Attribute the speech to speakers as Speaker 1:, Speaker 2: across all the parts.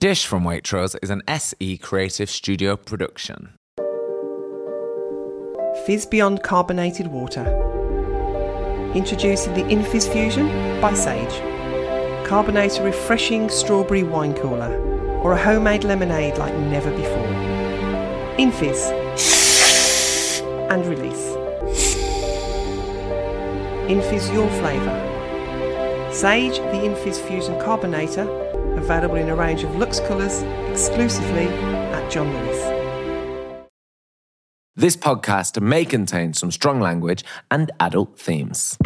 Speaker 1: Dish from Waitrose is an SE Creative Studio production.
Speaker 2: Fizz Beyond Carbonated Water. Introducing the InFizz Fusion by Sage. Carbonate a refreshing strawberry wine cooler or a homemade lemonade like never before. InFizz. And release. InFizz your flavour. Sage, the InFizz Fusion Carbonator, available in a range of luxe colours exclusively at John Lewis.
Speaker 1: This podcast may contain some strong language and adult themes.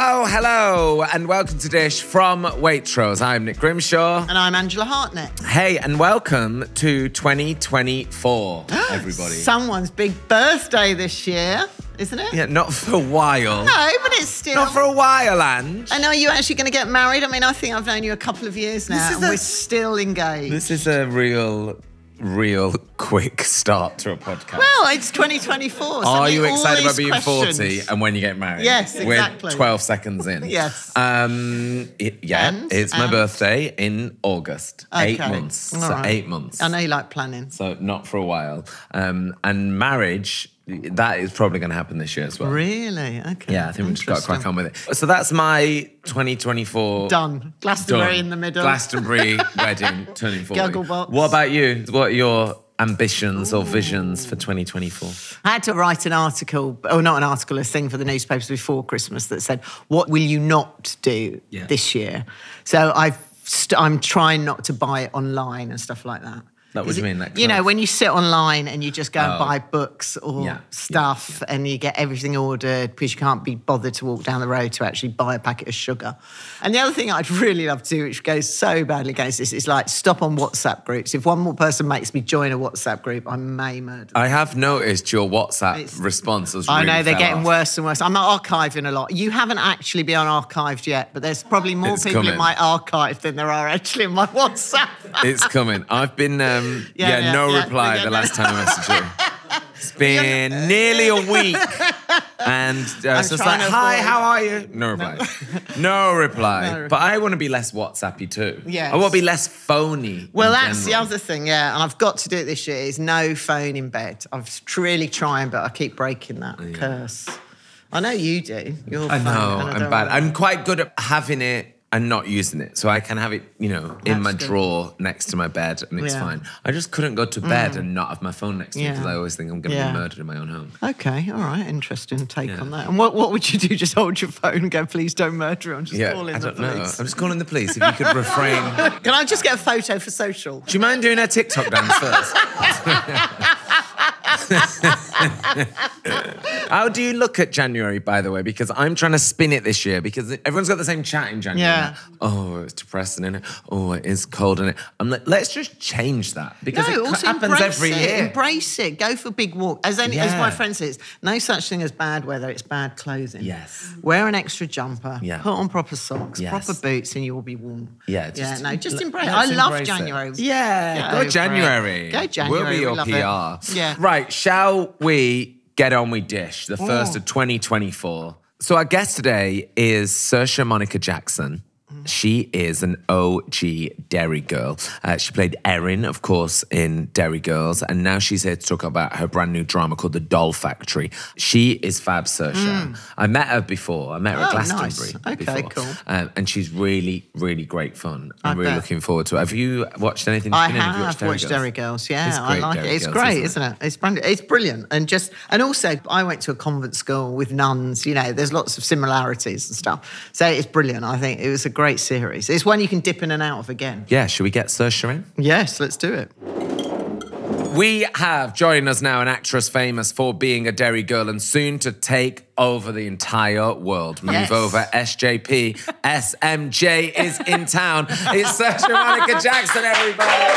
Speaker 1: Oh, hello, and welcome to Dish from Waitrose. I'm Nick Grimshaw.
Speaker 3: And I'm Angela Hartnett.
Speaker 1: Hey, and welcome to 2024, everybody.
Speaker 3: Someone's big birthday this year, isn't it?
Speaker 1: yeah, not for a while.
Speaker 3: No, but it's still.
Speaker 1: Not for a while, Ange.
Speaker 3: and are you actually going to get married? I mean, I think I've known you a couple of years now,
Speaker 1: is
Speaker 3: and
Speaker 1: a-
Speaker 3: we're still engaged.
Speaker 1: This is a real, real quick start to a podcast.
Speaker 3: well, it's 2024. so
Speaker 1: Are
Speaker 3: I
Speaker 1: you
Speaker 3: mean, all
Speaker 1: excited about
Speaker 3: these
Speaker 1: being
Speaker 3: questions.
Speaker 1: 40 and when you get married?
Speaker 3: Yes,
Speaker 1: We're
Speaker 3: exactly.
Speaker 1: 12 seconds in.
Speaker 3: Yes.
Speaker 1: Um, it- yeah,
Speaker 3: And-
Speaker 1: it's my
Speaker 3: and-
Speaker 1: birthday in August. Oh, Eight
Speaker 3: Okay.
Speaker 1: months.
Speaker 3: All
Speaker 1: so
Speaker 3: right.
Speaker 1: eight months.
Speaker 3: I know you like planning.
Speaker 1: So not for a while. Um, and marriage, that is probably going to happen this year as well.
Speaker 3: Really? Okay.
Speaker 1: Yeah, I think we've just got to crack
Speaker 3: Interesting.
Speaker 1: on with it. So that's my 2024.
Speaker 3: Done. Glastonbury
Speaker 1: done.
Speaker 3: in the middle.
Speaker 1: Glastonbury wedding turning 40.
Speaker 3: Gagglebox.
Speaker 1: What about you? What are your ambitions or visions for 2024?
Speaker 3: I had to write an article, or not an article, a thing for the newspapers before Christmas that said, "What will you not do
Speaker 1: Yeah.
Speaker 3: this year?" So I've st- I'm trying not to buy it online and stuff like that.
Speaker 1: Like, what do you
Speaker 3: 'Cause it-
Speaker 1: mean, like
Speaker 3: you know,
Speaker 1: clothes?
Speaker 3: when you sit online and you just go
Speaker 1: Oh.
Speaker 3: and buy books or
Speaker 1: Yeah, yeah,
Speaker 3: stuff and you get everything ordered because you can't be bothered to walk down the road to actually buy a packet of sugar. And the other thing I'd really love to do, which goes so badly against this, is like stop on WhatsApp groups. If one more person makes me join a WhatsApp group, I may murder
Speaker 1: I have noticed your WhatsApp
Speaker 3: It's-
Speaker 1: responses.
Speaker 3: I
Speaker 1: really
Speaker 3: know they're
Speaker 1: fell
Speaker 3: getting
Speaker 1: off.
Speaker 3: worse and worse. I'm archiving a lot. You haven't actually been archived yet, but there's probably more
Speaker 1: It's
Speaker 3: people
Speaker 1: coming.
Speaker 3: in my archive than there are actually in my WhatsApp.
Speaker 1: It's coming. I've been, um, yeah,
Speaker 3: Yeah, yeah,
Speaker 1: no
Speaker 3: yeah,
Speaker 1: reply
Speaker 3: yeah,
Speaker 1: the
Speaker 3: no.
Speaker 1: last time I messaged you. It's been nearly a week. And uh, it's just like,
Speaker 3: trying to
Speaker 1: hi,
Speaker 3: avoid-
Speaker 1: how are you? No reply. No, reply.
Speaker 3: No
Speaker 1: But I want to be less WhatsAppy too.
Speaker 3: Yes.
Speaker 1: I want to be less phony.
Speaker 3: Well,
Speaker 1: in
Speaker 3: that's the
Speaker 1: general.
Speaker 3: other thing, yeah. And I've got to do it this year is no phone in bed. I'm really trying, but I keep breaking that curse. I know you do. Your
Speaker 1: I
Speaker 3: phone,
Speaker 1: know,
Speaker 3: and I
Speaker 1: I'm
Speaker 3: don't
Speaker 1: bad.
Speaker 3: want-
Speaker 1: I'm quite good at having it and not using it. So I can have it, you know, in
Speaker 3: That's
Speaker 1: my
Speaker 3: good.
Speaker 1: drawer next to my bed and it's
Speaker 3: Yeah. Mm.
Speaker 1: fine. I just couldn't go to bed and not have my phone next to me because
Speaker 3: Yeah.
Speaker 1: I always think I'm going to
Speaker 3: Yeah.
Speaker 1: be murdered in my own home.
Speaker 3: Okay, all right, interesting take on that. And what, what would you do? Just hold your phone and go, please don't murder him. I'm just
Speaker 1: Yeah,
Speaker 3: calling
Speaker 1: I
Speaker 3: the
Speaker 1: don't know.
Speaker 3: police.
Speaker 1: I'm just calling the police if you could refrain. Do
Speaker 3: Can I just get a photo for social?
Speaker 1: you mind doing a TikTok dance first? How do you look at January, by the way? Because I'm trying to spin it this year because everyone's got the same chat in January.
Speaker 3: Yeah.
Speaker 1: Oh, it's depressing in it. Oh, it is cold in it. I'm like, let's just change that because it
Speaker 3: also
Speaker 1: happens
Speaker 3: embrace
Speaker 1: every
Speaker 3: it,
Speaker 1: year.
Speaker 3: Embrace it. Go for big walk. As any, as
Speaker 1: Yeah.
Speaker 3: my friend says, no such thing as bad weather. It's bad clothing.
Speaker 1: Yes.
Speaker 3: Wear an extra jumper.
Speaker 1: Yeah.
Speaker 3: Put on proper socks,
Speaker 1: Yes.
Speaker 3: proper boots, and you will be warm.
Speaker 1: Yeah,
Speaker 3: yeah.
Speaker 1: just-
Speaker 3: No, just
Speaker 1: l-
Speaker 3: embrace. I
Speaker 1: let's
Speaker 3: love
Speaker 1: embrace it.
Speaker 3: January.
Speaker 1: Yeah,
Speaker 3: Get
Speaker 1: go
Speaker 3: over it.
Speaker 1: January.
Speaker 3: Go January.
Speaker 1: We'll be your
Speaker 3: we love
Speaker 1: PR.
Speaker 3: It. Yeah. Oh.
Speaker 1: Right, shall we get on with Dish, the first of 2024? So our guest today is Saoirse Monica Jackson.
Speaker 3: Mm.
Speaker 1: She is an OG Derry girl. Uh, she played Erin, of course, in Derry Girls, and now she's here to talk about her brand new drama called The Doll Factory. She is fab, Saoirse. I met her before. I met her at
Speaker 3: Mm. Oh, nice.
Speaker 1: Glastonbury.
Speaker 3: Okay,
Speaker 1: before.
Speaker 3: cool.
Speaker 1: Um, and she's really, really great fun. I'm
Speaker 3: I
Speaker 1: really
Speaker 3: bet.
Speaker 1: looking forward to it. Have you watched anything?
Speaker 3: I
Speaker 1: she's been in? you
Speaker 3: have watched Derry Girls. Yeah,
Speaker 1: It's
Speaker 3: I
Speaker 1: great,
Speaker 3: like
Speaker 1: Derry
Speaker 3: it. It's
Speaker 1: Girls,
Speaker 3: great,
Speaker 1: isn't it?
Speaker 3: isn't, it? It's brilliant. It's brilliant, and just and also I went to a convent school with nuns. You know, there's lots of similarities and stuff. So it's brilliant. I think it was a great series. It's one you can dip in and out of again.
Speaker 1: Yeah, should we get Saoirse in?
Speaker 3: Yes, let's do it.
Speaker 1: We have joining us now an actress famous for being a Derry girl and soon to take over the entire world. Move
Speaker 3: Yes.
Speaker 1: over, SJP, SMJ is in town. It's Saoirse Monica Jackson, everybody.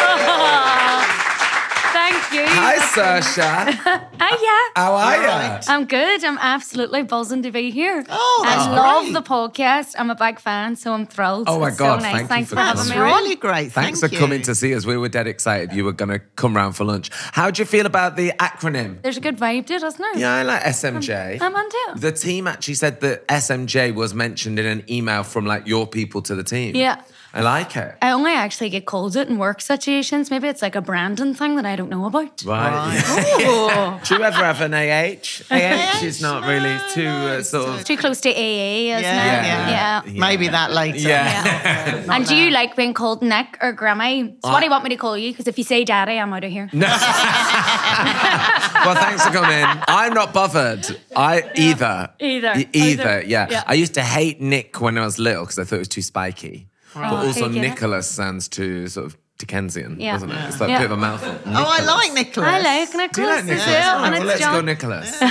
Speaker 4: Thank you.
Speaker 1: Hi, Saoirse.
Speaker 4: Oh, yeah.
Speaker 1: How are you?
Speaker 4: I'm good. I'm absolutely buzzing to be here.
Speaker 3: Oh, that's
Speaker 4: I love
Speaker 3: great.
Speaker 4: the podcast. I'm a big fan, so I'm thrilled.
Speaker 1: Oh my
Speaker 4: It's
Speaker 1: God,
Speaker 4: So nice.
Speaker 1: thank you
Speaker 4: Thanks
Speaker 1: for
Speaker 4: for having
Speaker 3: That's
Speaker 4: me
Speaker 1: coming.
Speaker 4: on.
Speaker 3: really great.
Speaker 1: Thanks
Speaker 3: Thank
Speaker 1: for
Speaker 3: you.
Speaker 1: coming to see us. We were dead excited you were going to come round for lunch. How do you feel about the acronym?
Speaker 4: There's a good vibe to it, isn't there?
Speaker 1: Yeah, I like SMJ.
Speaker 4: I'm on too.
Speaker 1: The team actually said that SMJ was mentioned in an email from like your people to the team.
Speaker 4: Yeah.
Speaker 1: I like it.
Speaker 4: I only actually get called it in work situations. Maybe it's like a branding thing that I don't know about.
Speaker 1: Right. yeah.
Speaker 4: Oh.
Speaker 1: Do you ever have an AH? AH is not really too uh, sort of.
Speaker 4: Too close to AA, isn't
Speaker 3: Yeah,
Speaker 4: it?
Speaker 3: yeah. Maybe that later.
Speaker 4: Yeah. and do you like being called Nick or Grammy? So what do you want me to call you? Because if you say Daddy, I'm out of here.
Speaker 1: No. well, thanks for coming. I'm not bothered. I either.
Speaker 4: Either.
Speaker 1: E- either.
Speaker 4: Either.
Speaker 1: Yeah.
Speaker 4: Yeah.
Speaker 1: I used to hate Nick when I was little because I thought it was too spiky. But
Speaker 4: Oh,
Speaker 1: also
Speaker 4: okay, yeah.
Speaker 1: Nicholas sounds too sort of Dickensian,
Speaker 4: Yeah.
Speaker 1: doesn't it? It's like
Speaker 4: Yeah.
Speaker 1: a bit of a mouthful.
Speaker 3: Oh, I like Nicholas.
Speaker 4: I like Nicholas.
Speaker 1: Do you like
Speaker 4: as
Speaker 1: Nicholas?
Speaker 4: well,
Speaker 1: All
Speaker 4: and
Speaker 1: right, well, let's
Speaker 4: it's John.
Speaker 1: go, Nicholas.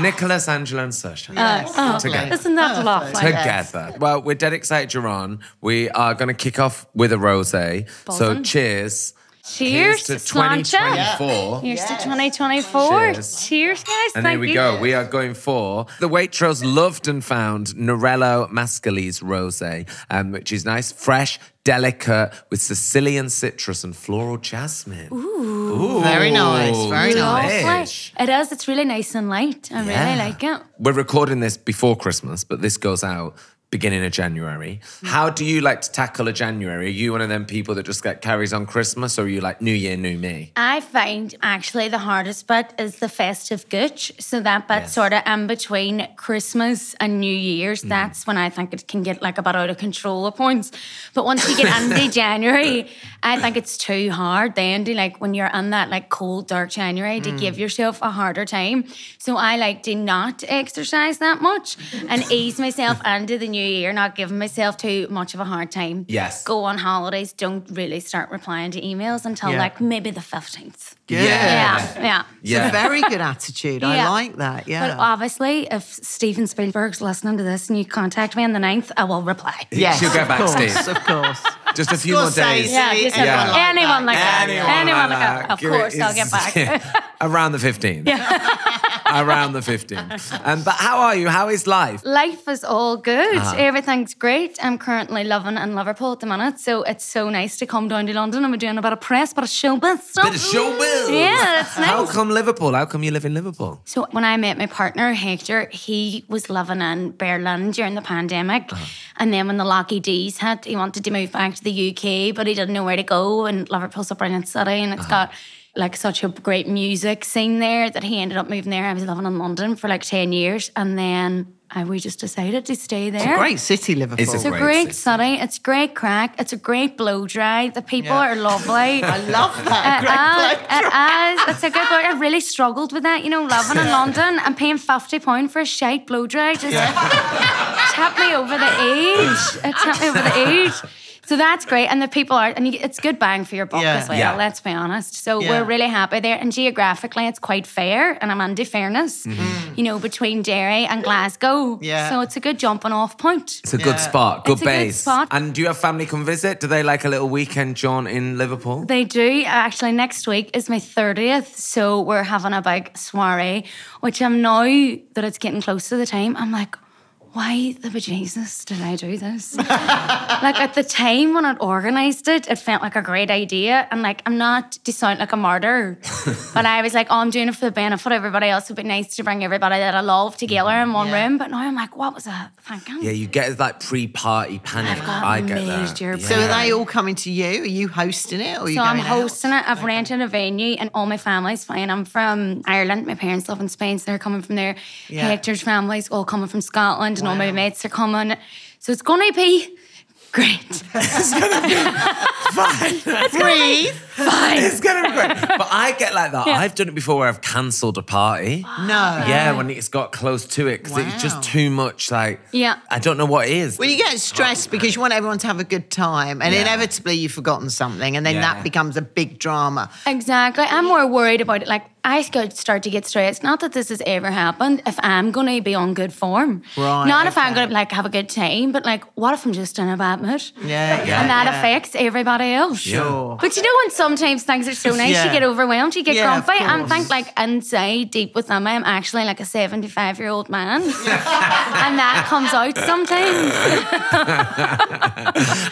Speaker 1: Nicholas, Angela, and Sasha.
Speaker 3: Yes,
Speaker 4: Oh.
Speaker 3: lovely.
Speaker 1: together.
Speaker 4: Isn't
Speaker 3: Oh,
Speaker 4: that lovely?
Speaker 1: Together. Well, we're dead excited you're on. We are going to kick off with a rosé. So
Speaker 4: Buzzing.
Speaker 1: cheers.
Speaker 4: Cheers,
Speaker 1: to
Speaker 4: Slancha.
Speaker 1: 2024.
Speaker 4: Here's to 2024.
Speaker 1: Cheers.
Speaker 4: Cheers, guys.
Speaker 1: And
Speaker 4: Thank
Speaker 1: here we
Speaker 4: you.
Speaker 1: go. We are going for the Waitrose loved and found Norello Mascali's Rosé, um, which is nice, fresh, delicate, with Sicilian citrus and floral jasmine. Ooh,
Speaker 3: Very nice, very
Speaker 4: Lovely.
Speaker 1: delish.
Speaker 4: It is. It's really nice and light. I really
Speaker 1: Yeah.
Speaker 4: like it.
Speaker 1: Ah. We're recording this before Christmas, but this goes out beginning of January. How do you like to tackle a January? Are you one of them people that just get carries on Christmas, or are you like New Year, New Me?
Speaker 4: I find actually the hardest bit is the festive gooch. So that bit sort of in between Christmas and New Year's, that's when I think it can get like a bit out of control at points. But once you get into January, I think it's too hard then to like when you're in that like cold, dark January to give yourself a harder time. So I like to not exercise that much and ease myself into the new year, not giving myself too much of a hard time.
Speaker 1: Yes.
Speaker 4: Go on holidays, don't really start replying to emails until
Speaker 3: Yeah.
Speaker 4: like maybe the 15th.
Speaker 3: Yeah.
Speaker 4: Yeah, yeah.
Speaker 1: Yeah.
Speaker 3: Very good attitude. I
Speaker 4: Yeah.
Speaker 3: like that. Yeah.
Speaker 4: But uh, obviously, if Steven Spielberg's listening to this and you contact me on the 9th, I will reply.
Speaker 3: yes,
Speaker 1: She'll go
Speaker 3: of
Speaker 1: back,
Speaker 3: course,
Speaker 1: Steve.
Speaker 3: of course.
Speaker 1: Just a few more
Speaker 3: Scorsese.
Speaker 1: days.
Speaker 4: Yeah, just
Speaker 3: Yeah.
Speaker 4: everyone- anyone like that.
Speaker 1: Anyone
Speaker 4: Anyone
Speaker 1: like that.
Speaker 4: Of
Speaker 1: Give
Speaker 4: course,
Speaker 1: it-
Speaker 4: I'll get back.
Speaker 1: Yeah. Around the 15th. Around the 15th. Um, but how are you? How is life?
Speaker 4: Life is all good. Everything's great. I'm currently loving in Liverpool at the minute, so it's so nice to come down to London. And we're doing a bit of press, but a showbiz stuff.
Speaker 1: Bit of showbiz.
Speaker 4: Yeah, that's nice.
Speaker 1: How come Liverpool? How come you live in Liverpool?
Speaker 4: So when I met my partner Hector, he was living in Berlin during the pandemic,
Speaker 3: Uh-huh.
Speaker 4: and then when the Lucky D's hit, he wanted to move back to the UK, but he didn't know where to go. And Liverpool's a brilliant city, and it's
Speaker 3: Uh-huh.
Speaker 4: got like such a great music scene there that he ended up moving there. I was living in London for like ten years, and then I, we just decided to stay there.
Speaker 3: Great city, Liverpool.
Speaker 1: It's a
Speaker 4: It's a
Speaker 1: Great
Speaker 4: great city. It's great crack. It's a great blow dry. The people
Speaker 3: Yeah.
Speaker 4: are lovely.
Speaker 3: I love that.
Speaker 4: It
Speaker 3: Great
Speaker 4: is,
Speaker 3: pleasure.
Speaker 4: Uh, it is. It's a good word. I really struggled with that, you know, living in London and paying fifty pound for a shite blow dry just tapped me over the edge. It tapped me over the edge. So that's great, and the people are, and you- it's good bang for your buck
Speaker 3: Yeah.
Speaker 4: as well.
Speaker 1: Yeah.
Speaker 4: Let's be honest. So
Speaker 3: Yeah.
Speaker 4: we're really happy there, and geographically, it's quite fair, and I'm anti fairness, you know, between Derry and Glasgow.
Speaker 3: Mm-hmm. Yeah.
Speaker 4: So it's a good jumping off point.
Speaker 1: It's a good spot, good
Speaker 4: It's a good
Speaker 1: base.
Speaker 4: spot.
Speaker 1: And do you have family come visit? Do they like a little weekend jaunt in Liverpool?
Speaker 4: They do. Uh, Actually, next week is my 30th. So we're having a big soiree, which I'm now that it's getting close to the time, I'm like, why the bejesus did I do this? like at the time when I'd organised it, it felt like a great idea. And like, I'm not to sound like a martyr, but I was like, oh, I'm doing it for the benefit of everybody else. It'd be nice to bring everybody that I love together in one
Speaker 3: Yeah.
Speaker 4: room. But now I'm like, what was I thinking?
Speaker 1: yeah, you get like pre-party panic.
Speaker 4: I've got
Speaker 1: I get that.
Speaker 4: major
Speaker 1: Yeah.
Speaker 3: So are they all coming to you? Are you hosting it? Or are you
Speaker 4: So I'm
Speaker 3: going out?
Speaker 4: hosting it. I've rented a venue, and all my family's flying. I'm from Ireland. My parents live in Spain, so they're coming from there.
Speaker 3: Yeah.
Speaker 4: Hector's family's all coming from Scotland, and all my
Speaker 3: Wow.
Speaker 4: mates are coming. So it's going to be great.
Speaker 3: Breathe.
Speaker 4: Fine.
Speaker 1: It's gonna be great. But I get like that.
Speaker 4: Yeah.
Speaker 1: I've done it before where I've cancelled a party.
Speaker 3: No.
Speaker 1: Yeah, when it's got close to it because it's
Speaker 3: Wow.
Speaker 1: just too much. Like,
Speaker 4: Yeah.
Speaker 1: I don't know what it is.
Speaker 3: Well, you get stressed because you want everyone to have a good time, and
Speaker 1: Yeah.
Speaker 3: inevitably you've forgotten something, and then
Speaker 1: Yeah.
Speaker 3: that becomes a big drama.
Speaker 4: Exactly. I'm more worried about it. Like I sco- start to get stressed. Not that this has ever happened. If I'm going to be on good form,
Speaker 3: Right,
Speaker 4: Not if I'm
Speaker 3: okay.
Speaker 4: going to like have a good time, but like, what if I'm just in a bad mood?
Speaker 3: Yeah, yeah,
Speaker 4: and that
Speaker 3: yeah.
Speaker 4: affects everybody else.
Speaker 3: Sure.
Speaker 4: But you know when sometimes things are so nice,
Speaker 3: Yeah.
Speaker 4: you get overwhelmed, you get
Speaker 3: Yeah, of
Speaker 4: grumpy, and
Speaker 3: course.
Speaker 4: think like inside, deep within me, I'm actually like a 75 year old man, and that comes out sometimes.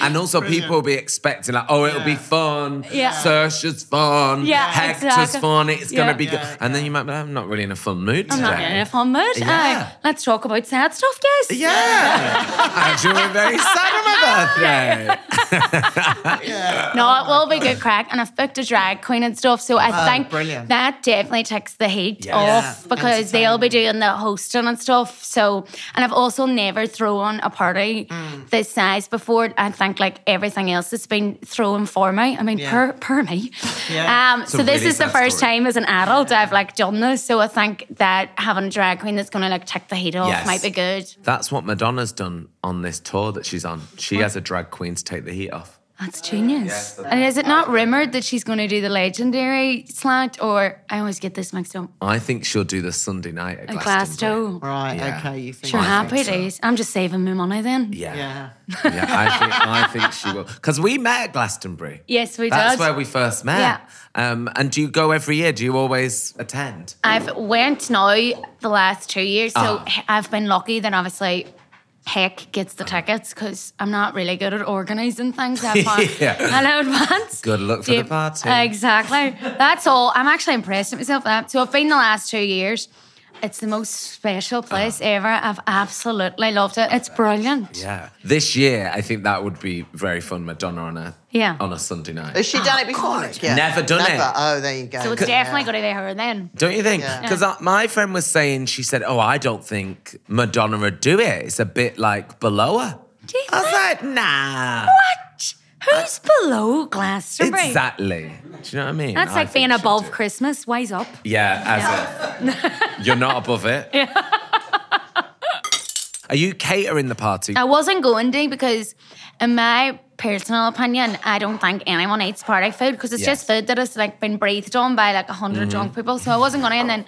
Speaker 1: And also, people will be expecting, like, oh, it'll be fun.
Speaker 4: Yeah.
Speaker 1: Sersha's fun.
Speaker 4: Yeah,
Speaker 1: Hector's
Speaker 4: exactly.
Speaker 1: fun. It's
Speaker 4: Yeah.
Speaker 1: going to be good. And then you might be like, I'm not really in a fun mood
Speaker 4: I'm
Speaker 1: today.
Speaker 4: not in a fun mood.
Speaker 1: Yeah.
Speaker 4: Aye, let's talk about sad stuff, guys.
Speaker 1: Yeah. I'm feeling very sad on my birthday.
Speaker 4: No, it will be good crack, and I've booked a drag queen and stuff. So I think
Speaker 3: Oh, brilliant.
Speaker 4: that definitely takes the heat
Speaker 1: Yeah.
Speaker 4: off
Speaker 3: Yeah,
Speaker 4: because they'll be doing the hosting and stuff. So, and I've also never thrown a party
Speaker 3: Mm.
Speaker 4: this size before. I think like everything else that's been thrown for me. I mean,
Speaker 3: Yeah.
Speaker 4: per per me.
Speaker 3: Yeah.
Speaker 4: Um,
Speaker 1: It's
Speaker 4: so
Speaker 1: a
Speaker 4: this
Speaker 1: really
Speaker 4: is the
Speaker 1: sad
Speaker 4: first
Speaker 1: story.
Speaker 4: time as an adult I've like done this. So I think that having a drag queen that's going to like take the heat off
Speaker 1: Yes.
Speaker 4: might be good.
Speaker 1: That's what Madonna's done on this tour that she's on. She has a drag queen to take the heat off.
Speaker 4: That's genius. and is it not rumored that she's going to do the legendary slant, or I always get this mixed up?
Speaker 1: I think she'll do the Sunday night at
Speaker 4: A
Speaker 1: Glastonbury.
Speaker 4: Glasto.
Speaker 3: Right.
Speaker 1: Yeah.
Speaker 3: Okay. You think?
Speaker 4: Sure,
Speaker 1: I think
Speaker 4: happy
Speaker 1: so.
Speaker 4: days. I'm just saving my money then.
Speaker 1: Yeah. yeah.
Speaker 3: Yeah.
Speaker 1: I think I think she will. Because we met at Glastonbury.
Speaker 4: Yes, we
Speaker 1: That's
Speaker 4: did.
Speaker 1: where we first met. Um, and do you go every year? Do you always attend?
Speaker 4: I've went now the last two years, so
Speaker 1: Ah.
Speaker 4: h- I've been lucky that obviously Heck gets the tickets because I'm not really good at organising things that far
Speaker 1: Yeah.
Speaker 4: in advance.
Speaker 1: Good luck for the party.
Speaker 4: Exactly. That's all. I'm actually impressed with myself. That so I've been the last two years. It's the most special
Speaker 1: Ah.
Speaker 4: place ever. I've absolutely loved it. It's brilliant.
Speaker 1: Yeah. This year, I think that would be very fun, Madonna on a
Speaker 4: Yeah.
Speaker 1: on a Sunday night.
Speaker 3: Has she done it before? Yeah.
Speaker 1: Never done
Speaker 3: Never.
Speaker 1: it.
Speaker 3: Oh, there you go.
Speaker 4: So it's definitely going to be her then.
Speaker 1: Don't you think?
Speaker 3: Yeah.
Speaker 1: Because my friend was saying, she said, "Oh, I don't think Madonna would do it. It's a bit like below her."
Speaker 4: Do you
Speaker 1: I was
Speaker 4: think?
Speaker 1: like, "Nah."
Speaker 4: What? Who's below Glastonbury?
Speaker 1: Exactly. Do you know what I mean?
Speaker 4: That's
Speaker 1: I
Speaker 4: like
Speaker 1: think
Speaker 4: being
Speaker 1: she'd
Speaker 4: above
Speaker 1: do it.
Speaker 4: Christmas. Wise up.
Speaker 1: Yeah, as if you're not above it. Are you catering the party?
Speaker 4: I wasn't going to because, in my personal opinion, I don't think anyone eats party food because it's just
Speaker 1: Yes.
Speaker 4: food that has like been breathed on by like a 100 drunk people. So I wasn't going to. And then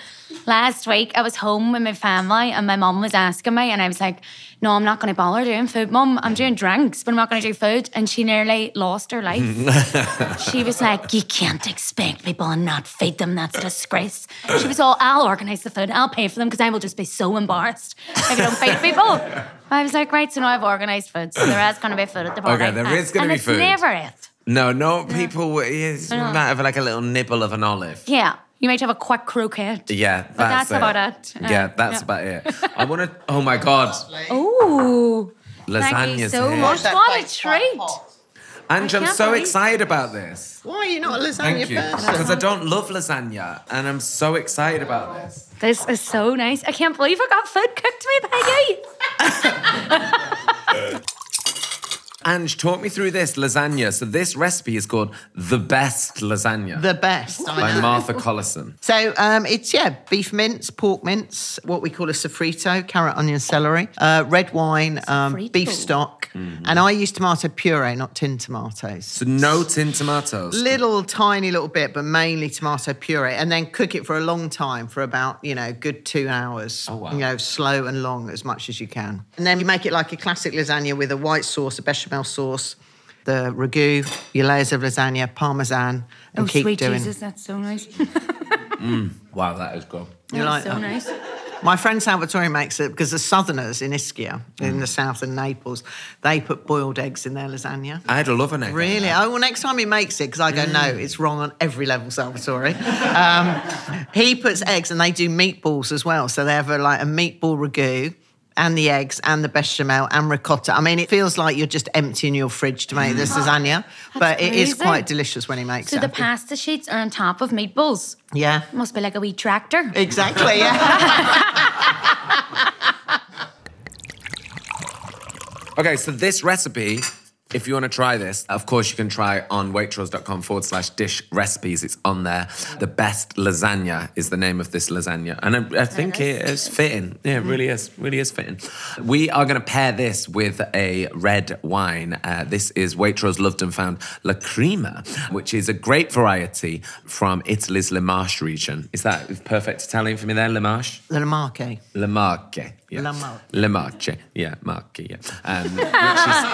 Speaker 4: last week I was home with my family and my mum was asking me, and I was like, "No, I'm not going to bother doing food, mum. I'm doing drinks, but I'm not going to do food." And she nearly lost her life. she was like, "You can't expect people and not feed them. That's a disgrace." She was all, "I'll organise the food. I'll pay for them because I will just be so embarrassed if you don't feed people." I was like, "Right, so now I've organised food. So there is going to be food at the party.
Speaker 1: Okay, there is gonna
Speaker 4: And
Speaker 1: be
Speaker 4: it's
Speaker 1: food.
Speaker 4: Never it.
Speaker 1: No, no, people. would- It's
Speaker 4: know.
Speaker 1: might have like a little nibble of an olive.
Speaker 4: Yeah, you might have a quick croquette.
Speaker 1: Yeah, that's,
Speaker 4: that's
Speaker 1: it.
Speaker 4: about it. Uh,
Speaker 1: Yeah, that's
Speaker 4: yeah.
Speaker 1: about it. I want to. Oh my god,
Speaker 4: Ooh, thank you
Speaker 1: lasagna's
Speaker 4: so
Speaker 1: here.
Speaker 4: much.
Speaker 3: That
Speaker 4: What a
Speaker 3: plate's quite
Speaker 4: treat!
Speaker 3: hot.
Speaker 1: Andrew,
Speaker 4: I
Speaker 1: I'm
Speaker 4: can't
Speaker 1: so
Speaker 4: believe-
Speaker 1: excited about this.
Speaker 3: Why are you not a lasagna
Speaker 1: Thank you,
Speaker 3: person?
Speaker 1: because I don't love lasagna, and I'm so excited about this.
Speaker 4: This is so nice. I can't believe I got food cooked Oh, to me by you.
Speaker 1: Ange, talk me through this lasagna. So this recipe is called the best lasagna
Speaker 3: The best. I
Speaker 1: by
Speaker 3: know.
Speaker 1: Martha Collison.
Speaker 3: So um, it's yeah, beef mince, pork mince, what we call a sofrito, carrot, onion, celery, uh, red wine, um,
Speaker 4: Sofrito.
Speaker 3: beef stock,
Speaker 1: Mm-hmm.
Speaker 3: and I use tomato puree, not tin tomatoes.
Speaker 1: So no tin tomatoes.
Speaker 3: Little tiny little bit, but mainly tomato puree, and then cook it for a long time for about you know good two hours.
Speaker 1: Oh, wow.
Speaker 3: You know, slow and long as much as you can, and then you make it like a classic lasagna with a white sauce, a bechamel sauce, the ragu, your layers of lasagna, parmesan, and
Speaker 4: Oh,
Speaker 3: keep
Speaker 4: sweet
Speaker 3: doing.
Speaker 4: Jesus, that's so nice.
Speaker 1: Wow, that is good.
Speaker 3: You
Speaker 4: That's
Speaker 3: like
Speaker 4: so
Speaker 1: oh,
Speaker 3: that?
Speaker 4: nice.
Speaker 3: My friend Salvatore makes it because the southerners in Ischia,
Speaker 1: Mm.
Speaker 3: in the south and Naples, they put boiled eggs in their lasagna.
Speaker 1: I'd love an egg. on
Speaker 3: Really?
Speaker 1: that.
Speaker 3: Oh, well, next time he makes it, because I go,
Speaker 4: Mm.
Speaker 3: no, it's wrong on every level, Salvatore. um, he puts eggs and they do meatballs as well. So they have a, like a meatball ragu and the eggs and the bechamel and ricotta. I mean, it feels like you're just emptying your fridge to make this lasagna, but it is
Speaker 4: Mm. amazing.
Speaker 3: quite delicious when he makes
Speaker 4: So
Speaker 3: it.
Speaker 4: the pasta sheets are on top of meatballs.
Speaker 3: yeah.
Speaker 4: Must be like a wee tractor.
Speaker 3: Exactly, yeah.
Speaker 1: Okay, so this recipe If you want to try this, of course, you can try on waitrose.com forward slash dish recipes. It's on there. The best lasagna is the name of this lasagna. And I, I think it is fitting. Yeah, it really is. Really is fitting. We are going to pair this with a red wine. Uh, this is Waitrose Loved and Found La Crema, which is a great variety from Italy's Le Marche region. Is that perfect Italian for me there? Le Marche?
Speaker 3: La Marche.
Speaker 1: Le Marche. Yeah.
Speaker 3: La Marche.
Speaker 1: Le Marche. Yeah, Marche, yeah. Um, which is,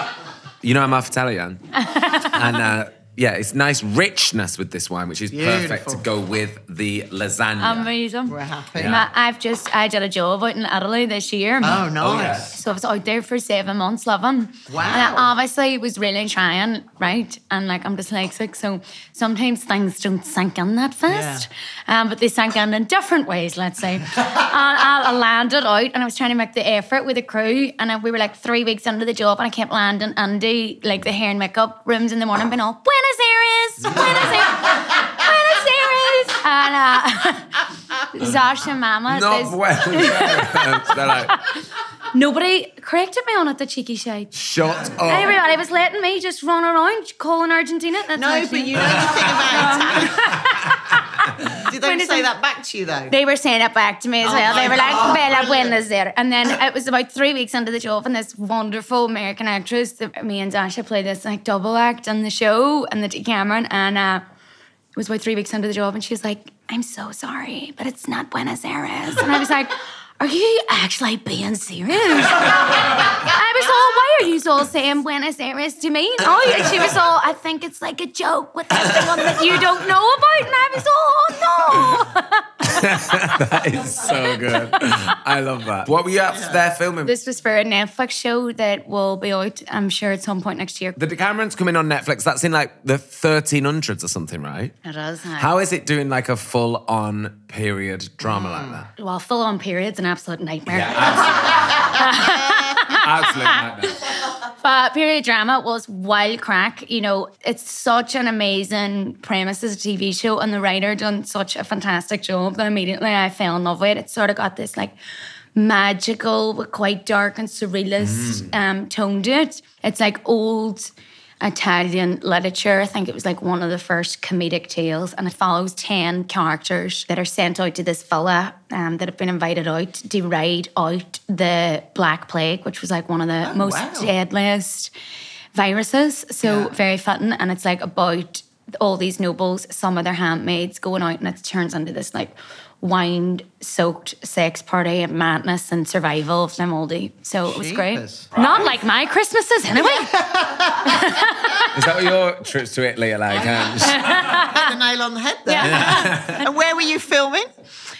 Speaker 1: you know, I'm half Italian. and uh, yeah, it's nice richness with this wine, which is perfect to
Speaker 3: Beautiful.
Speaker 1: go with the lasagna.
Speaker 4: Amazing.
Speaker 3: We're happy.
Speaker 4: Ma- I've just I did a job out in Italy this year.
Speaker 3: Oh,
Speaker 1: Oh,
Speaker 3: nice.
Speaker 1: yeah.
Speaker 4: So I was out there for seven months loving.
Speaker 3: Wow.
Speaker 4: And I obviously was really trying, right? And like I'm dyslexic, so sometimes things don't sink in that fast. Um, but they sank in in different ways, let's say. and I, I landed out and I was trying to make the effort with the crew. And I, we were like three weeks under the job and I kept landing Andy, like the hair and makeup rooms in the morning, being all, Buenos Aires, Buenos Aires, Buenos Aires. And uh, Zasha Mama says,
Speaker 1: Not well. They're like,
Speaker 4: nobody corrected me on it, the cheeky shade.
Speaker 1: shut up.
Speaker 4: Everybody was letting me just run around calling Argentina. That's
Speaker 3: No,
Speaker 4: my
Speaker 3: but
Speaker 4: team.
Speaker 3: you know the thing about Italian. Did
Speaker 4: When
Speaker 3: they
Speaker 4: is
Speaker 3: say
Speaker 4: it-
Speaker 3: that back to you though?
Speaker 4: They were saying it back to me as
Speaker 3: Oh
Speaker 4: well. They
Speaker 3: my
Speaker 4: were
Speaker 3: God,
Speaker 4: like, Bella
Speaker 3: brilliant."
Speaker 4: Buenos there. And then it was about three weeks under the job, and this wonderful American actress, that me and Dasha played this like double act on the show, and the D- Cameron, and uh, it was about three weeks under the job, and she was like, I'm so sorry, but it's not Buenos Aires. And I was like, Are you actually being serious? I was all, why are you all saying Buenos Aires to me? Oh, and she was all, I think it's like a joke with everyone that you don't know about. And I was all, oh no.
Speaker 1: That is so good. I love that. What were you up there filming?
Speaker 4: This was for a Netflix show that will be out, I'm sure, at some point next year.
Speaker 1: the Decameron's coming on Netflix. That's in like the 1300s or something, right?
Speaker 3: Uh,
Speaker 4: It is.
Speaker 1: How is it doing like a full on period drama
Speaker 3: Mm.
Speaker 1: like that?
Speaker 4: Well, full on period's an absolute nightmare.
Speaker 1: Absolutely like that.
Speaker 4: But period drama was wild crack. You know, it's such an amazing premise as a TV show, and the writer done such a fantastic job that immediately I fell in love with it. It sort of got this like magical but quite dark and surrealist um, tone to it. It's like old Italian literature. I think it was like one of the first comedic tales, and it follows 10 characters that are sent out to this villa um, that have been invited out to ride out the Black Plague, which was like one of the most
Speaker 3: wow.
Speaker 4: deadliest viruses. So very fitting. And it's like about all these nobles, some of their handmaids going out, and it turns into this like wine soaked sex party and madness and survival of them all day. So it was great.
Speaker 3: Jeepers.
Speaker 4: Not like my Christmases, anyway.
Speaker 1: Is that what your trips to Italy are like? Um,
Speaker 3: Hit the nail on the head there.
Speaker 4: Yeah.
Speaker 3: And where were you filming?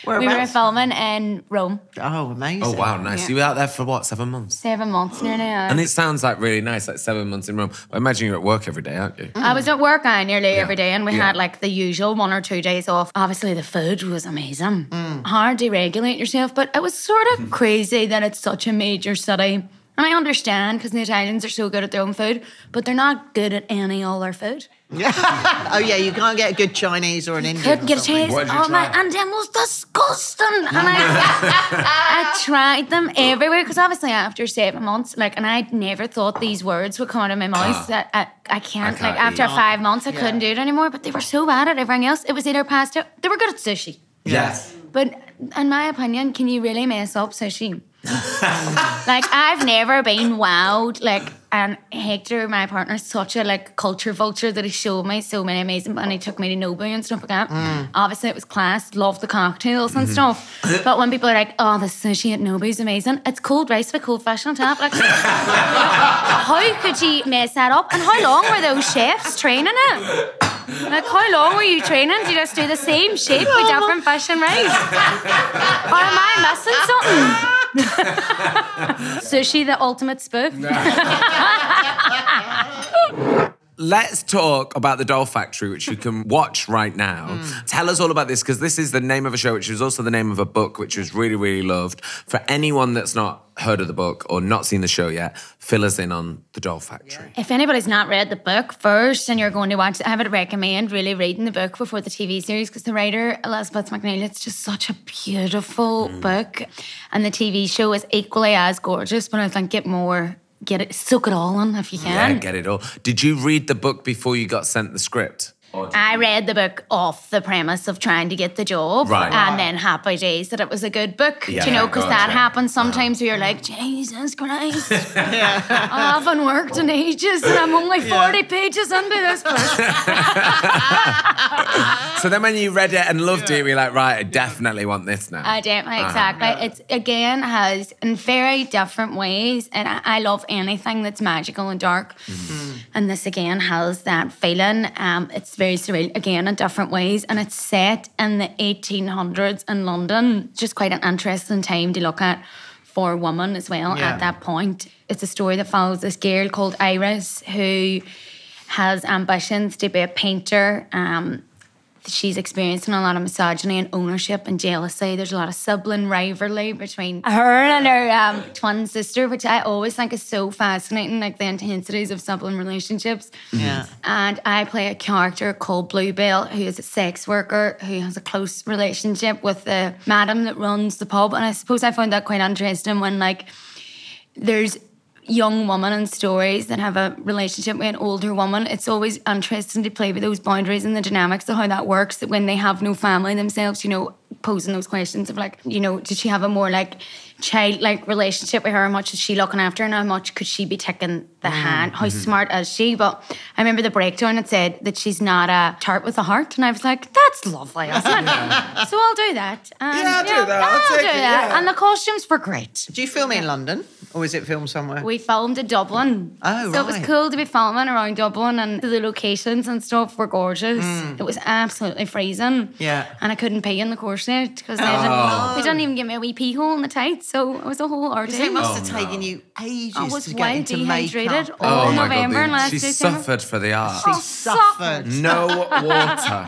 Speaker 4: we were
Speaker 3: Whereabouts?
Speaker 4: filming in Rome,
Speaker 3: Oh, amazing.
Speaker 1: oh, wow, nice. You were out there for what, seven months?
Speaker 4: seven months nearly.
Speaker 1: And it sounds like really nice, like seven months in Rome. I imagine you're at work every day, aren't you?
Speaker 4: I was at work uh, nearly every day, and we
Speaker 1: Yeah.
Speaker 4: had like the usual one or two days off. Obviously, the food was amazing.
Speaker 1: Mm.
Speaker 4: Hard to regulate yourself, but it was sort of crazy that it's such a major city. And I understand because the Italians are so good at their own food, but they're not good at any all their food.
Speaker 3: Oh, yeah, you can't get a good Chinese or an Indian.
Speaker 4: Couldn't
Speaker 3: or
Speaker 4: get a
Speaker 3: something.
Speaker 4: taste.
Speaker 1: What did you
Speaker 4: Oh my!
Speaker 1: try?
Speaker 4: And them was disgusting. And I, I tried them everywhere because obviously after seven months, like, and I never thought these words would come out of my mouth. That I,
Speaker 1: Ah. I
Speaker 4: I can't.
Speaker 1: can't
Speaker 4: like after
Speaker 1: eat.
Speaker 4: five months, I couldn't do it anymore. But they were so bad at everything else. It was either pasta. They were good at sushi,
Speaker 1: Yes.
Speaker 4: but in my opinion, can you really mess up sushi? like I've never been wowed. Like and Hector, my partner, is such a like culture vulture that he showed me so many amazing. And he took me to Nobu and stuff like that. Obviously, it was class. Loved the cocktails and stuff. but when people are like, "Oh, the sushi at Nobu's amazing," it's cold rice with cold fish on top. Like, how could you mess that up? And how long were those chefs training it? Like, how long were you training? Do you just do the same shape with different fish and rice? Or am I missing something? Sushi, the ultimate spoof.
Speaker 1: Let's talk about the Doll Factory, which you can watch right now. Tell us all about this because this is the name of a show, which was also the name of a book, which was really, really loved. For anyone that's not heard of the book or not seen the show yet, fill us in on the Doll Factory.
Speaker 4: If anybody's not read the book first and you're going to watch it, I would recommend really reading the book before the TV series because the writer, Elizabeth McNeil, it's just such a beautiful book. And the TV show is equally as gorgeous, but I think it more get it, soak it all in if you
Speaker 1: Yeah,
Speaker 4: can.
Speaker 1: get it all. Did you read the book before you got sent the script? Or did-
Speaker 4: I read the book off the premise of trying to get the job,
Speaker 1: Right.
Speaker 4: and then happy days that it was a good book.
Speaker 1: Yeah,
Speaker 4: do you know, because that
Speaker 1: gotcha. Uh-huh.
Speaker 4: happens sometimes. Where you're like, Jesus Christ, I haven't worked in ages, and I'm only forty pages into this book.
Speaker 1: so then when you read it and loved it, we are like, right, I definitely want this now.
Speaker 4: I don't know exactly. It's again has in very different ways, and I, I love anything that's magical and dark. And this again has that feeling. Um, it's very surreal again in different ways, and it's set in the 1800s in London. Just quite an interesting time to look at for women as well
Speaker 3: Yeah.
Speaker 4: at that point. It's a story that follows this girl called Iris who has ambitions to be a painter. Um, she's experiencing a lot of misogyny and ownership and jealousy. There's a lot of sibling rivalry between her and her um, twin sister, which I always think is so fascinating, like the intensities of sibling relationships.
Speaker 3: Yeah.
Speaker 4: And I play a character called Bluebell, who is a sex worker who has a close relationship with the madam that runs the pub. And I suppose I found that quite interesting when, like, there's young women and stories that have a relationship with an older woman. It's always interesting to play with those boundaries and the dynamics of how that works. That when they have no family themselves, you know, posing those questions of like, you know, did she have a more like child-like relationship with her? How much is she looking after, and how much could she be taking the
Speaker 1: Mm-hmm.
Speaker 4: hand? How smart is she? But I remember the breakdown. It said that she's not a tart with a heart, and I was like, that's lovely, isn't it? So I'll do that. And,
Speaker 1: Yeah, I'll do
Speaker 4: know,
Speaker 1: that. I'll
Speaker 4: I'll
Speaker 1: take
Speaker 4: do
Speaker 1: it,
Speaker 4: that.
Speaker 1: yeah.
Speaker 4: And the costumes were great.
Speaker 3: Do you film in London or is it filmed somewhere?
Speaker 4: We filmed in Dublin.
Speaker 3: Oh,
Speaker 4: So it was
Speaker 3: right.
Speaker 4: cool to be filming around Dublin and the locations and stuff were gorgeous. It was absolutely freezing.
Speaker 3: Mm. Yeah.
Speaker 4: And I couldn't pee in the corset because they, didn't, they didn't even give me a wee pee hole in the tights. So it was a whole
Speaker 3: Because it
Speaker 4: ordeal.
Speaker 3: must have taken you ages
Speaker 4: I was
Speaker 3: to get
Speaker 4: wild
Speaker 3: into
Speaker 4: dehydrated
Speaker 3: makeup.
Speaker 4: all
Speaker 1: Oh, oh my
Speaker 4: November and
Speaker 1: God,
Speaker 4: last
Speaker 1: dude. she
Speaker 4: December.
Speaker 1: suffered for the art.
Speaker 3: She
Speaker 4: Oh,
Speaker 3: suffered.
Speaker 1: no water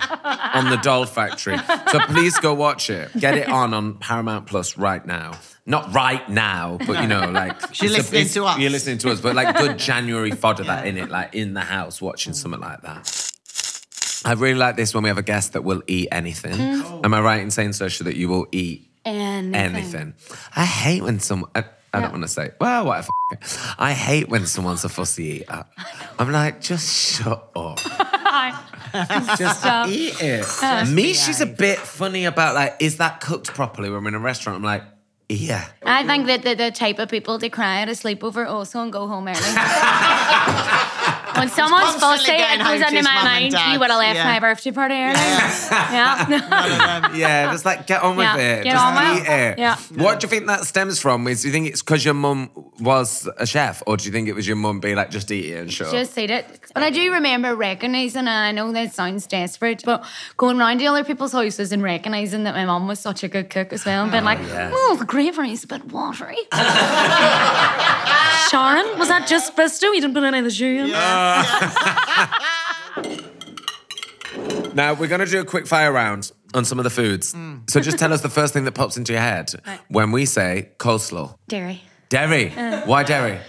Speaker 1: on the Doll Factory. So please go watch it. Get it on on Paramount Plus right now. Not right now, but you know, like
Speaker 3: You're
Speaker 1: it's a-
Speaker 3: listening
Speaker 1: it's-
Speaker 3: to us.
Speaker 1: You're listening to us, but like good January fodder that in it, like in the house watching something like that. I really like this when we have a guest that will eat anything.
Speaker 3: Mm.
Speaker 1: Am I right in saying, Sasha, that you will eat
Speaker 4: Anything.
Speaker 1: anything. I hate when someone. I, I don't want to say. Well, what if I hate when someone's a fussy eater. I'm like, just shut up. just eat it. Me, she's a bit funny about like, is that cooked properly when we're in a restaurant? I'm like, yeah.
Speaker 4: I think that the, the type of people to cry at a sleepover also and go home early. when someone's fussy,
Speaker 3: constantly
Speaker 4: it
Speaker 3: going home
Speaker 4: goes
Speaker 3: to
Speaker 4: into
Speaker 3: his
Speaker 4: my
Speaker 3: mum and
Speaker 4: mind,
Speaker 3: dad.
Speaker 4: you would have left
Speaker 3: Yeah.
Speaker 4: my birthday party early. yeah.
Speaker 1: Yeah, just like get on with
Speaker 4: Yeah,
Speaker 1: it.
Speaker 4: get
Speaker 1: just
Speaker 4: on with
Speaker 1: eat
Speaker 4: it.
Speaker 1: it.
Speaker 4: Yeah.
Speaker 1: What do you think that stems from? Is do you think it's because your mum was a chef, or do you think it was your mum being like, just eat it and shut up?
Speaker 4: Just said it. But I do remember recognising, and I know that sounds desperate, but going round to other people's houses and recognising that my mum was such a good cook as well and being like, oh, the gravery's a bit watery. Sharon, was that just Bristol? You didn't put any of the jus in?
Speaker 1: Now we're going to do a quick fire round on some of the foods.
Speaker 4: Mm.
Speaker 1: So just tell us the first thing that pops into your head when we say coleslaw.
Speaker 4: Dairy.
Speaker 1: Derry.
Speaker 4: Uh.
Speaker 1: Why Derry?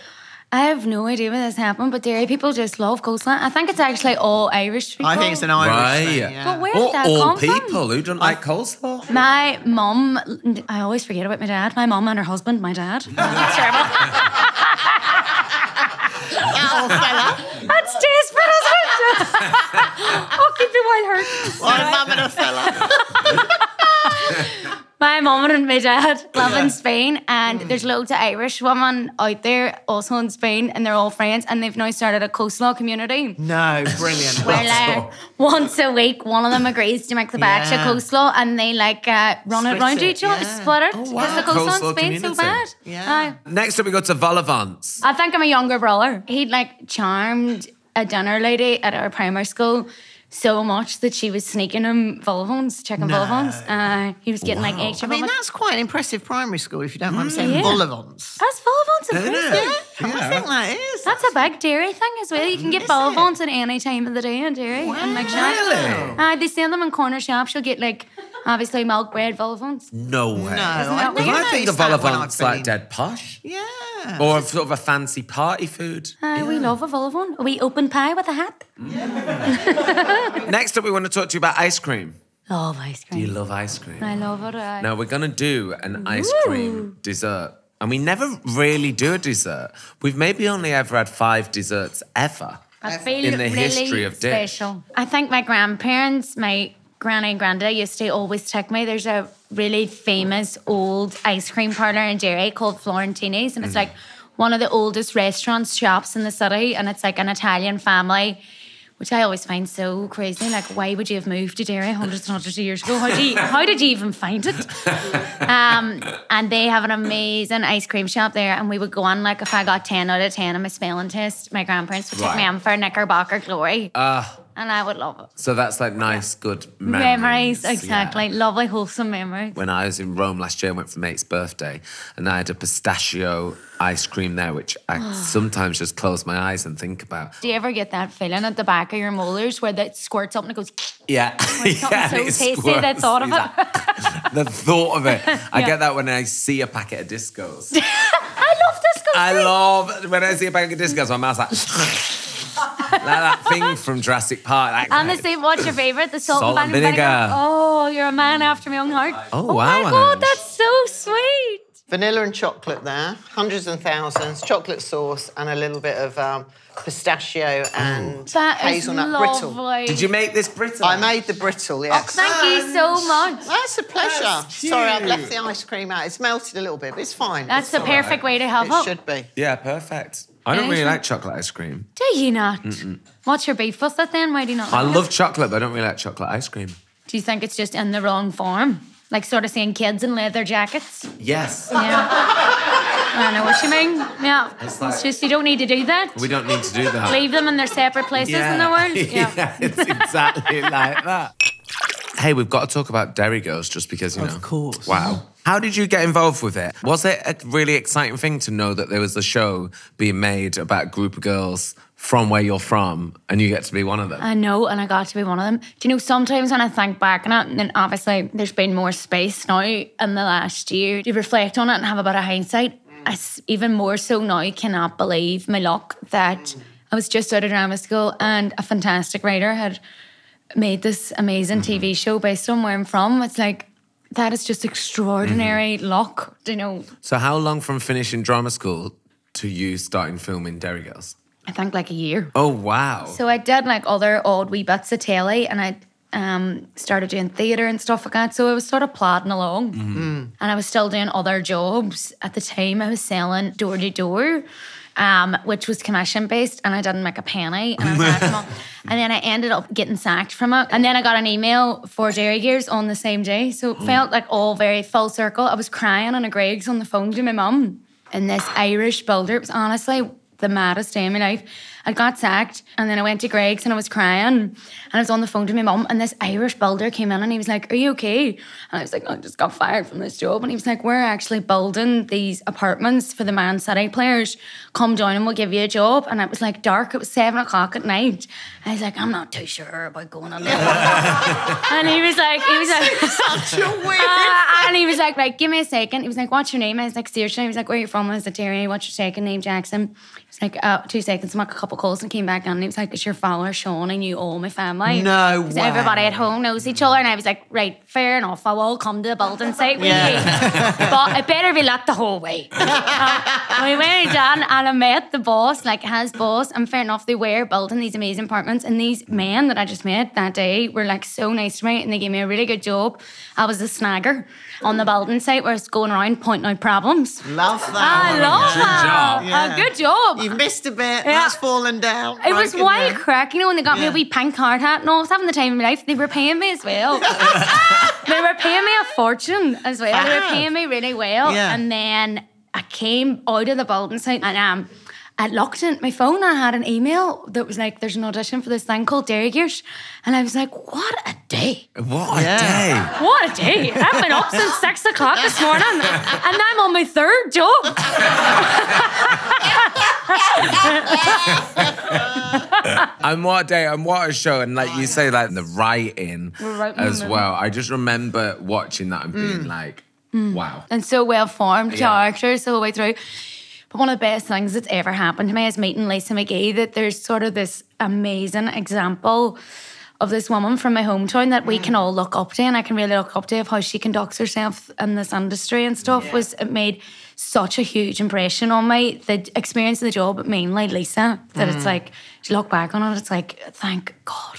Speaker 4: I have no idea when this happened, but dairy people just love coleslaw. I think it's actually all Irish people.
Speaker 3: I think it's an Irish thing.
Speaker 1: Right.
Speaker 3: yeah.
Speaker 4: But where
Speaker 1: Or
Speaker 4: did that
Speaker 1: all
Speaker 4: come from?
Speaker 1: people who don't like coleslaw.
Speaker 4: My mum, I always forget about my dad. My mum and her husband, my dad. That's terrible.
Speaker 3: Oh, fella.
Speaker 4: That's desperate, isn't it? I'll keep you while hurt.
Speaker 3: Or a mum and a fella.
Speaker 4: My mum and my dad live in Spain, and there's loads of Irish women out there also in Spain, and they're all friends, and they've now started a coleslaw community.
Speaker 3: No, brilliant.
Speaker 4: Where like once a week, one of them agrees to make the batch
Speaker 3: Yeah.
Speaker 4: of coleslaw, and they like uh, run it
Speaker 3: Split
Speaker 4: round
Speaker 3: it,
Speaker 4: each other,
Speaker 3: yeah.
Speaker 4: split it because
Speaker 1: wow.
Speaker 4: the coleslaw,
Speaker 1: Coleslaw
Speaker 4: in Spain's so bad.
Speaker 1: community.
Speaker 3: Yeah.
Speaker 4: Aye.
Speaker 1: Next up we go to Volavants.
Speaker 4: I think I'm a younger brother. He'd like charmed a dinner lady at our primary school so much that she was sneaking him vulvons, chicken vulvons. Uh, he was getting like extra
Speaker 3: I mean,
Speaker 4: vulvons.
Speaker 3: that's quite an impressive primary school, if you don't mind me saying.
Speaker 4: Mm, Yeah.
Speaker 3: Volivants.
Speaker 4: That's vulvons
Speaker 1: Isn't
Speaker 4: in
Speaker 1: it?
Speaker 4: prison.
Speaker 3: I think that is.
Speaker 4: That's a big dairy thing as well. You can get
Speaker 3: Is
Speaker 4: vulvons at any time of the day in dairy. And like
Speaker 1: Really?
Speaker 4: Uh, they sell them in corner shops. You'll get like obviously milk bread vulvons.
Speaker 1: No way.
Speaker 3: No,
Speaker 4: that
Speaker 3: I,
Speaker 4: weird?
Speaker 1: Because I think of
Speaker 3: noticed that when I've
Speaker 1: Volavants like
Speaker 3: been-
Speaker 1: dead posh
Speaker 3: Yeah.
Speaker 1: or sort of a fancy party food.
Speaker 4: Uh, We love a vulvon. A wee open pie with a hat.
Speaker 1: Next up we want to talk to you about ice cream.
Speaker 4: Love ice
Speaker 1: You
Speaker 4: cream.
Speaker 1: love ice cream.
Speaker 4: I love it. Uh,
Speaker 1: Now we're gonna do an ice cream dessert. And we never really do a dessert. We've maybe only ever had five desserts ever.
Speaker 4: I feel
Speaker 1: In the
Speaker 4: really
Speaker 1: history of dish.
Speaker 4: special. I think my grandparents, my granny and granddad used to always take me. There's a really famous old ice cream parlor in Derry called Florentini's, and it's
Speaker 1: Mm-hmm.
Speaker 4: like one of the oldest restaurants shops in the city, and it's like an Italian family. Which I always find so crazy. Like, why would you have moved to Derry hundreds and hundreds of years ago? How, do you, how did you even find it? Um, and they have an amazing ice cream shop there. And we would go on, like, if I got 10 out of 10 on my spelling test, my grandparents would take me
Speaker 1: Right.
Speaker 4: on for Knickerbocker Glory. and I would love it.
Speaker 1: So that's like nice, good memories.
Speaker 4: Memories,
Speaker 1: yeah.
Speaker 4: exactly. Lovely, wholesome memories.
Speaker 1: When I was in Rome last year, I went for mate's birthday, and I had a pistachio ice cream there, which I sometimes just close my eyes and think about.
Speaker 4: Do you ever get that feeling at the back of your molars where that squirts up and it goes,
Speaker 1: Yeah.
Speaker 4: something so tasty, the thought of it.
Speaker 1: it. the thought of it. I
Speaker 4: Yeah.
Speaker 1: get that when I see a packet of discos.
Speaker 4: I love this guy.
Speaker 1: I love when I see a packet of discos, my mouth's like, like that thing from Jurassic Park. like-
Speaker 4: And the same, what's your favourite? The salt,
Speaker 1: Salt
Speaker 4: and
Speaker 1: and
Speaker 4: vinegar.
Speaker 1: vinegar.
Speaker 4: Oh, you're a man after my own heart.
Speaker 1: Oh,
Speaker 4: my
Speaker 1: wow,
Speaker 4: God,
Speaker 1: Ange.
Speaker 4: that's so sweet.
Speaker 3: Vanilla and chocolate there, hundreds and thousands, chocolate sauce, and a little bit of um, pistachio and
Speaker 4: Mm. That is
Speaker 3: hazelnut brittle.
Speaker 4: lovely. Oh,
Speaker 1: Did you make this brittle?
Speaker 3: I made the brittle, yes.
Speaker 4: Thank you so much.
Speaker 3: That's a pleasure.
Speaker 1: Um, That's
Speaker 3: Sorry, I've
Speaker 1: cute.
Speaker 3: left the ice cream out. It's melted a little bit, but it's fine.
Speaker 4: That's the
Speaker 3: It's all right.
Speaker 4: perfect way to Oh, have
Speaker 3: It
Speaker 4: up.
Speaker 3: should be.
Speaker 1: Yeah, perfect. I don't really
Speaker 4: Anything?
Speaker 1: like chocolate ice cream.
Speaker 4: Do you not? What's your beef with that then? Why do you not?
Speaker 1: I
Speaker 4: like it?
Speaker 1: love chocolate, but I don't really like chocolate ice cream.
Speaker 4: Do you think it's just in the wrong form? Like sort of seeing kids in leather jackets.
Speaker 1: Yes.
Speaker 4: Yeah. I know what you mean. Yeah. It's,
Speaker 1: It's like-
Speaker 4: just you don't need to do that.
Speaker 1: We don't need to do that.
Speaker 4: Leave them in their separate places in the world. Yeah.
Speaker 1: it's exactly like that. Hey, we've got to talk about Dairy Girls just because, you know. Of
Speaker 3: course.
Speaker 1: Wow. How did you get involved with it? Was it a really exciting thing to know that there was a show being made about a group of girls from where you're from and you get to be one of them?
Speaker 4: I know, and I got to be one of them. Do you know, sometimes when I think back on it, and then obviously there's been more space now in the last year to reflect on it and have a bit of hindsight. I s- even more so now I cannot believe my luck that I was just out of drama school and a fantastic writer had made this amazing TV show based on where I'm from. It's like, that is just extraordinary luck, do you know,
Speaker 1: so, how long from finishing drama school to you starting filming Dairy Girls?
Speaker 4: I think like a year.
Speaker 1: Oh, wow.
Speaker 4: So I did like other odd wee bits of telly and I um, started doing theatre and stuff like that. So I was sort of plodding along and I was still doing other jobs. At the time, I was selling door to door. Um, which was commission based, and I didn't make a penny. And, I was like, "Come on." and then I ended up getting sacked from it. And then I got an email for Dairy Gears on the same day. So it felt like all very full circle. I was crying on a Greg's on the phone to my mum. And this Irish builder, it was honestly the maddest day of my life. I got sacked and then I went to Greg's and I was crying and I was on the phone to my mum and this Irish builder came in and he was like, Are you okay? And I was like, I just got fired from this job. And he was like, We're actually building these apartments for the Man City players. Come down and we'll give you a job. And it was like dark, it was seven o'clock at night. I was like, I'm not too sure about going on that." And he was like, he was like
Speaker 3: Such a weird.
Speaker 4: uh, and he was like, right, give me a second. He was like, what's your name? I was like, seriously. He was like, where are you from? I was like, Terry. What's your second name? Jackson. He was like, uh, two seconds. I make a couple calls and came back on. And he was like, it's your follower, Sean. I knew all my family.
Speaker 3: No
Speaker 4: Because
Speaker 3: way.
Speaker 4: Everybody
Speaker 1: Um,
Speaker 4: at home knows each other. And I was like, right, fair enough. I will come to the building site with
Speaker 3: Yeah.
Speaker 4: you. But it better be lit the whole way. Uh, we went down and I met the boss, like his boss. And fair enough, they were building these amazing apartments. And these men that I just met that day were like so nice to me and they gave me a really good job. I was a snagger on the building site where I was going around pointing out problems.
Speaker 3: Love that. Oh
Speaker 4: I love
Speaker 1: Oh, Good
Speaker 4: that.
Speaker 1: job.
Speaker 4: Uh, good job.
Speaker 3: You've missed a bit. That's fallen down.
Speaker 4: It was
Speaker 3: broken
Speaker 4: wild
Speaker 3: there.
Speaker 4: crack, you know, when they got me a
Speaker 3: Yeah.
Speaker 4: wee pink hard hat and all. I was having the time of my life. They were paying me as well. they were paying me a fortune as well. They were
Speaker 3: Fab.
Speaker 4: paying me really well.
Speaker 3: Yeah.
Speaker 4: And then I came out of the building site and um, I looked at my phone. I had an email that was like, there's an audition for this thing called Dairy Gears. And I was like, what a day.
Speaker 1: what a
Speaker 3: Yeah.
Speaker 1: day.
Speaker 4: What a day. I've been up since six o'clock this morning and I'm on my third job.
Speaker 1: And what a day, and what a show. And like you say, like the writing
Speaker 4: Oh, We're right in the
Speaker 1: as
Speaker 4: middle. Mm.
Speaker 1: well. I just remember watching that and being like, wow.
Speaker 4: and so well formed
Speaker 1: Yeah.
Speaker 4: characters all the way through. But one of the best things that's ever happened to me is meeting Lisa McGee. That there's sort of this amazing example of this woman from my hometown that we can all look up to, and I can really look up to of how she conducts herself in this industry and stuff. Was it made such a huge impression on me. The experience of the job, but mainly Lisa, that it's like, if you look back on it, it's like, thank God.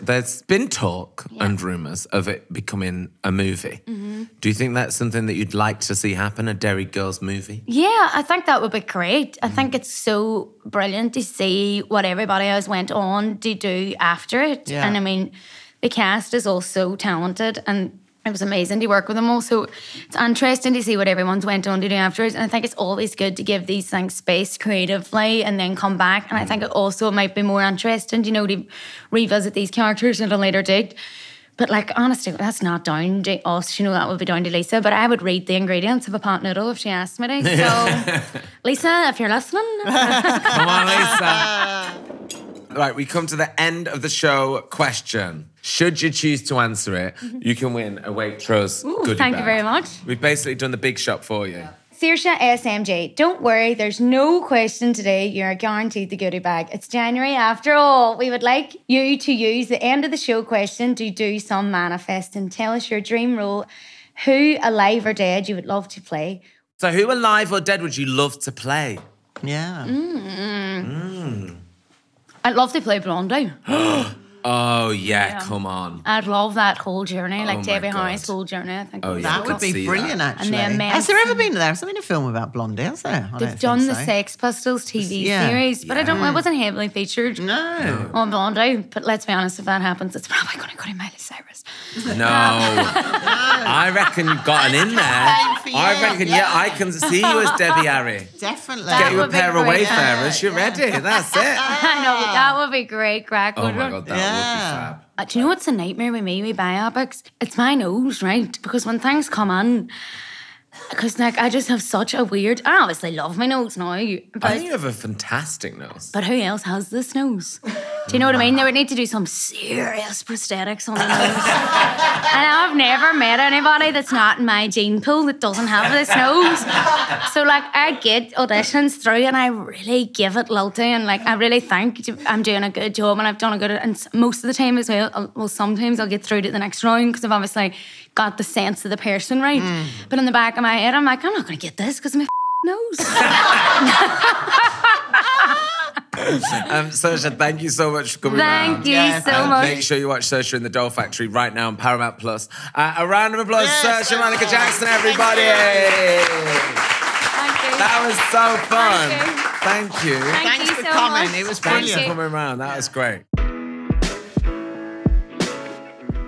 Speaker 1: There's been talk and rumors of it becoming a movie.
Speaker 4: Mm-hmm.
Speaker 1: Do you think that's something that you'd like to see happen? A Derry Girls movie?
Speaker 4: Yeah, I think that would be great. I think it's so brilliant to see what everybody else went on to do after it.
Speaker 3: Yeah.
Speaker 4: And I mean, the cast is all so talented and it was amazing to work with them all. So it's interesting to see what everyone's went on to do afterwards. And I think it's always good to give these things space creatively and then come back. And I think it also might be more interesting, you know, to revisit these characters at a later date. But like honestly, that's not down to us. You know, that would be down to Lisa. But I would read the ingredients of a pot noodle if she asked me to. So Lisa, if you're listening,
Speaker 1: Come on, Lisa. right, we come to the end of the show question. Should you choose to answer it, you can win a Waitrose
Speaker 4: Mm-hmm. Ooh,
Speaker 1: goodie
Speaker 4: thank you
Speaker 1: bag.
Speaker 4: very much.
Speaker 1: We've basically done the big shot for you.
Speaker 4: Saoirse SMJ, don't worry, there's no question today. You're guaranteed the goodie bag. It's January after all. We would like you to use the end of the show question to do some manifesting. Tell us your dream role, who alive or dead you would love to play.
Speaker 1: So, who alive or dead would you love to play?
Speaker 3: Yeah.
Speaker 4: Mm. I'd love to play Blondie.
Speaker 1: Oh, yeah, come on.
Speaker 4: I'd love that whole journey, like
Speaker 1: Oh my
Speaker 4: Debbie
Speaker 1: God.
Speaker 4: Harry's whole journey. I think
Speaker 1: Oh,
Speaker 4: was
Speaker 1: yeah.
Speaker 3: That
Speaker 1: I
Speaker 4: awesome.
Speaker 3: would
Speaker 1: could see
Speaker 3: be
Speaker 1: that.
Speaker 3: brilliant, actually.
Speaker 4: they're men-
Speaker 3: Has there ever been there? Has there been a film about Blondie? Has there? I
Speaker 4: They've
Speaker 3: don't
Speaker 4: done
Speaker 3: think
Speaker 4: the
Speaker 3: so.
Speaker 4: Sex Pistols TV
Speaker 3: Yeah.
Speaker 4: series, but I don't know. It wasn't heavily featured
Speaker 3: No.
Speaker 4: on Blondie. But let's be honest, if that happens, it's probably going to go to Miley Cyrus.
Speaker 1: No. I reckon you've gotten in there.
Speaker 3: Time for
Speaker 1: I
Speaker 3: you,
Speaker 1: reckon, yeah.
Speaker 3: yeah.
Speaker 1: I can see you as Debbie Harry.
Speaker 3: Definitely.
Speaker 1: Get you a
Speaker 4: would be
Speaker 1: pair of
Speaker 4: great.
Speaker 1: Wayfarers. You're ready. That's it.
Speaker 4: I know, but that would be great, crack.
Speaker 1: Oh, my God, that
Speaker 3: Yeah.
Speaker 1: would be fab.
Speaker 4: Do you know what's a nightmare with me with biopics? It's my nose, right? Because when things come on, because like I just have such a weird. I obviously love my nose now,
Speaker 1: I
Speaker 4: but
Speaker 1: think you have a fantastic nose.
Speaker 4: but who else has this nose? Do you know what I mean? They would need to do some serious prosthetics on the nose. and I've never met anybody that's not in my gene pool that doesn't have this nose. So like I get auditions through and I really give it loyalty and like I really think I'm doing a good job and I've done a good and s- most of the time as well. I'll- Well, sometimes I'll get through to the next round because I've obviously got the sense of the person right. But in the back of my head, I'm like, I'm not gonna get this because my nose.
Speaker 1: Um, Saoirse, thank you so much for coming
Speaker 4: Thank
Speaker 1: round.
Speaker 4: you
Speaker 3: Yeah,
Speaker 4: so
Speaker 1: And
Speaker 4: much.
Speaker 1: Make sure you watch Saoirse in the Doll Factory right now on Paramount Plus. Uh, a round of applause,
Speaker 3: Yes,
Speaker 1: Saoirse Monica
Speaker 3: thank you.
Speaker 1: Jackson, everybody.
Speaker 4: Thank you.
Speaker 1: That was so fun.
Speaker 4: Thank
Speaker 1: Thank you.
Speaker 4: Thank
Speaker 3: Thanks
Speaker 4: you
Speaker 3: for
Speaker 4: so
Speaker 3: coming.
Speaker 4: much.
Speaker 3: It was
Speaker 4: Thank
Speaker 1: Thanks
Speaker 4: you.
Speaker 1: for coming round. That was great.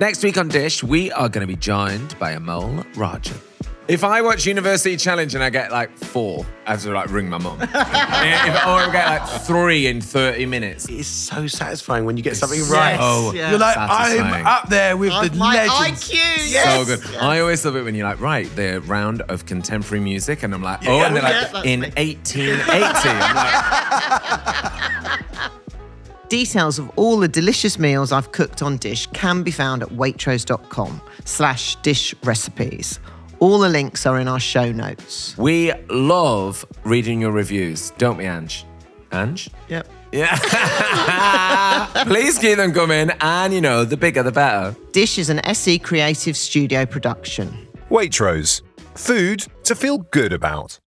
Speaker 1: Next week on Dish, we are going to be joined by Amol Rajan. If I watch University Challenge and I get like four, I have to like ring my mum. If- or I get like three in 30 minutes.
Speaker 5: It's so satisfying when you get something
Speaker 1: Yes.
Speaker 5: right.
Speaker 1: Oh,
Speaker 5: You're like,
Speaker 1: satisfying.
Speaker 5: I'm up there with
Speaker 3: Of
Speaker 5: the
Speaker 3: my
Speaker 5: legends.
Speaker 3: IQ. Yes.
Speaker 1: So good. I always love it when you're like, right, the round of contemporary music, and I'm like, oh,
Speaker 5: yeah,
Speaker 1: and they're
Speaker 5: yeah,
Speaker 1: like,
Speaker 3: that's
Speaker 1: in
Speaker 3: me.
Speaker 1: 1880. I'm like,
Speaker 3: Details of all the delicious meals I've cooked on Dish can be found at waitrose.com slash dish recipes. All the links are in our show notes.
Speaker 1: we love reading your reviews, don't we, Ange? Ange?
Speaker 3: Yep.
Speaker 1: Yeah. Please keep them coming, and you know, the bigger the better.
Speaker 3: Dish is an SE creative studio production.
Speaker 6: Waitrose. Food to feel good about.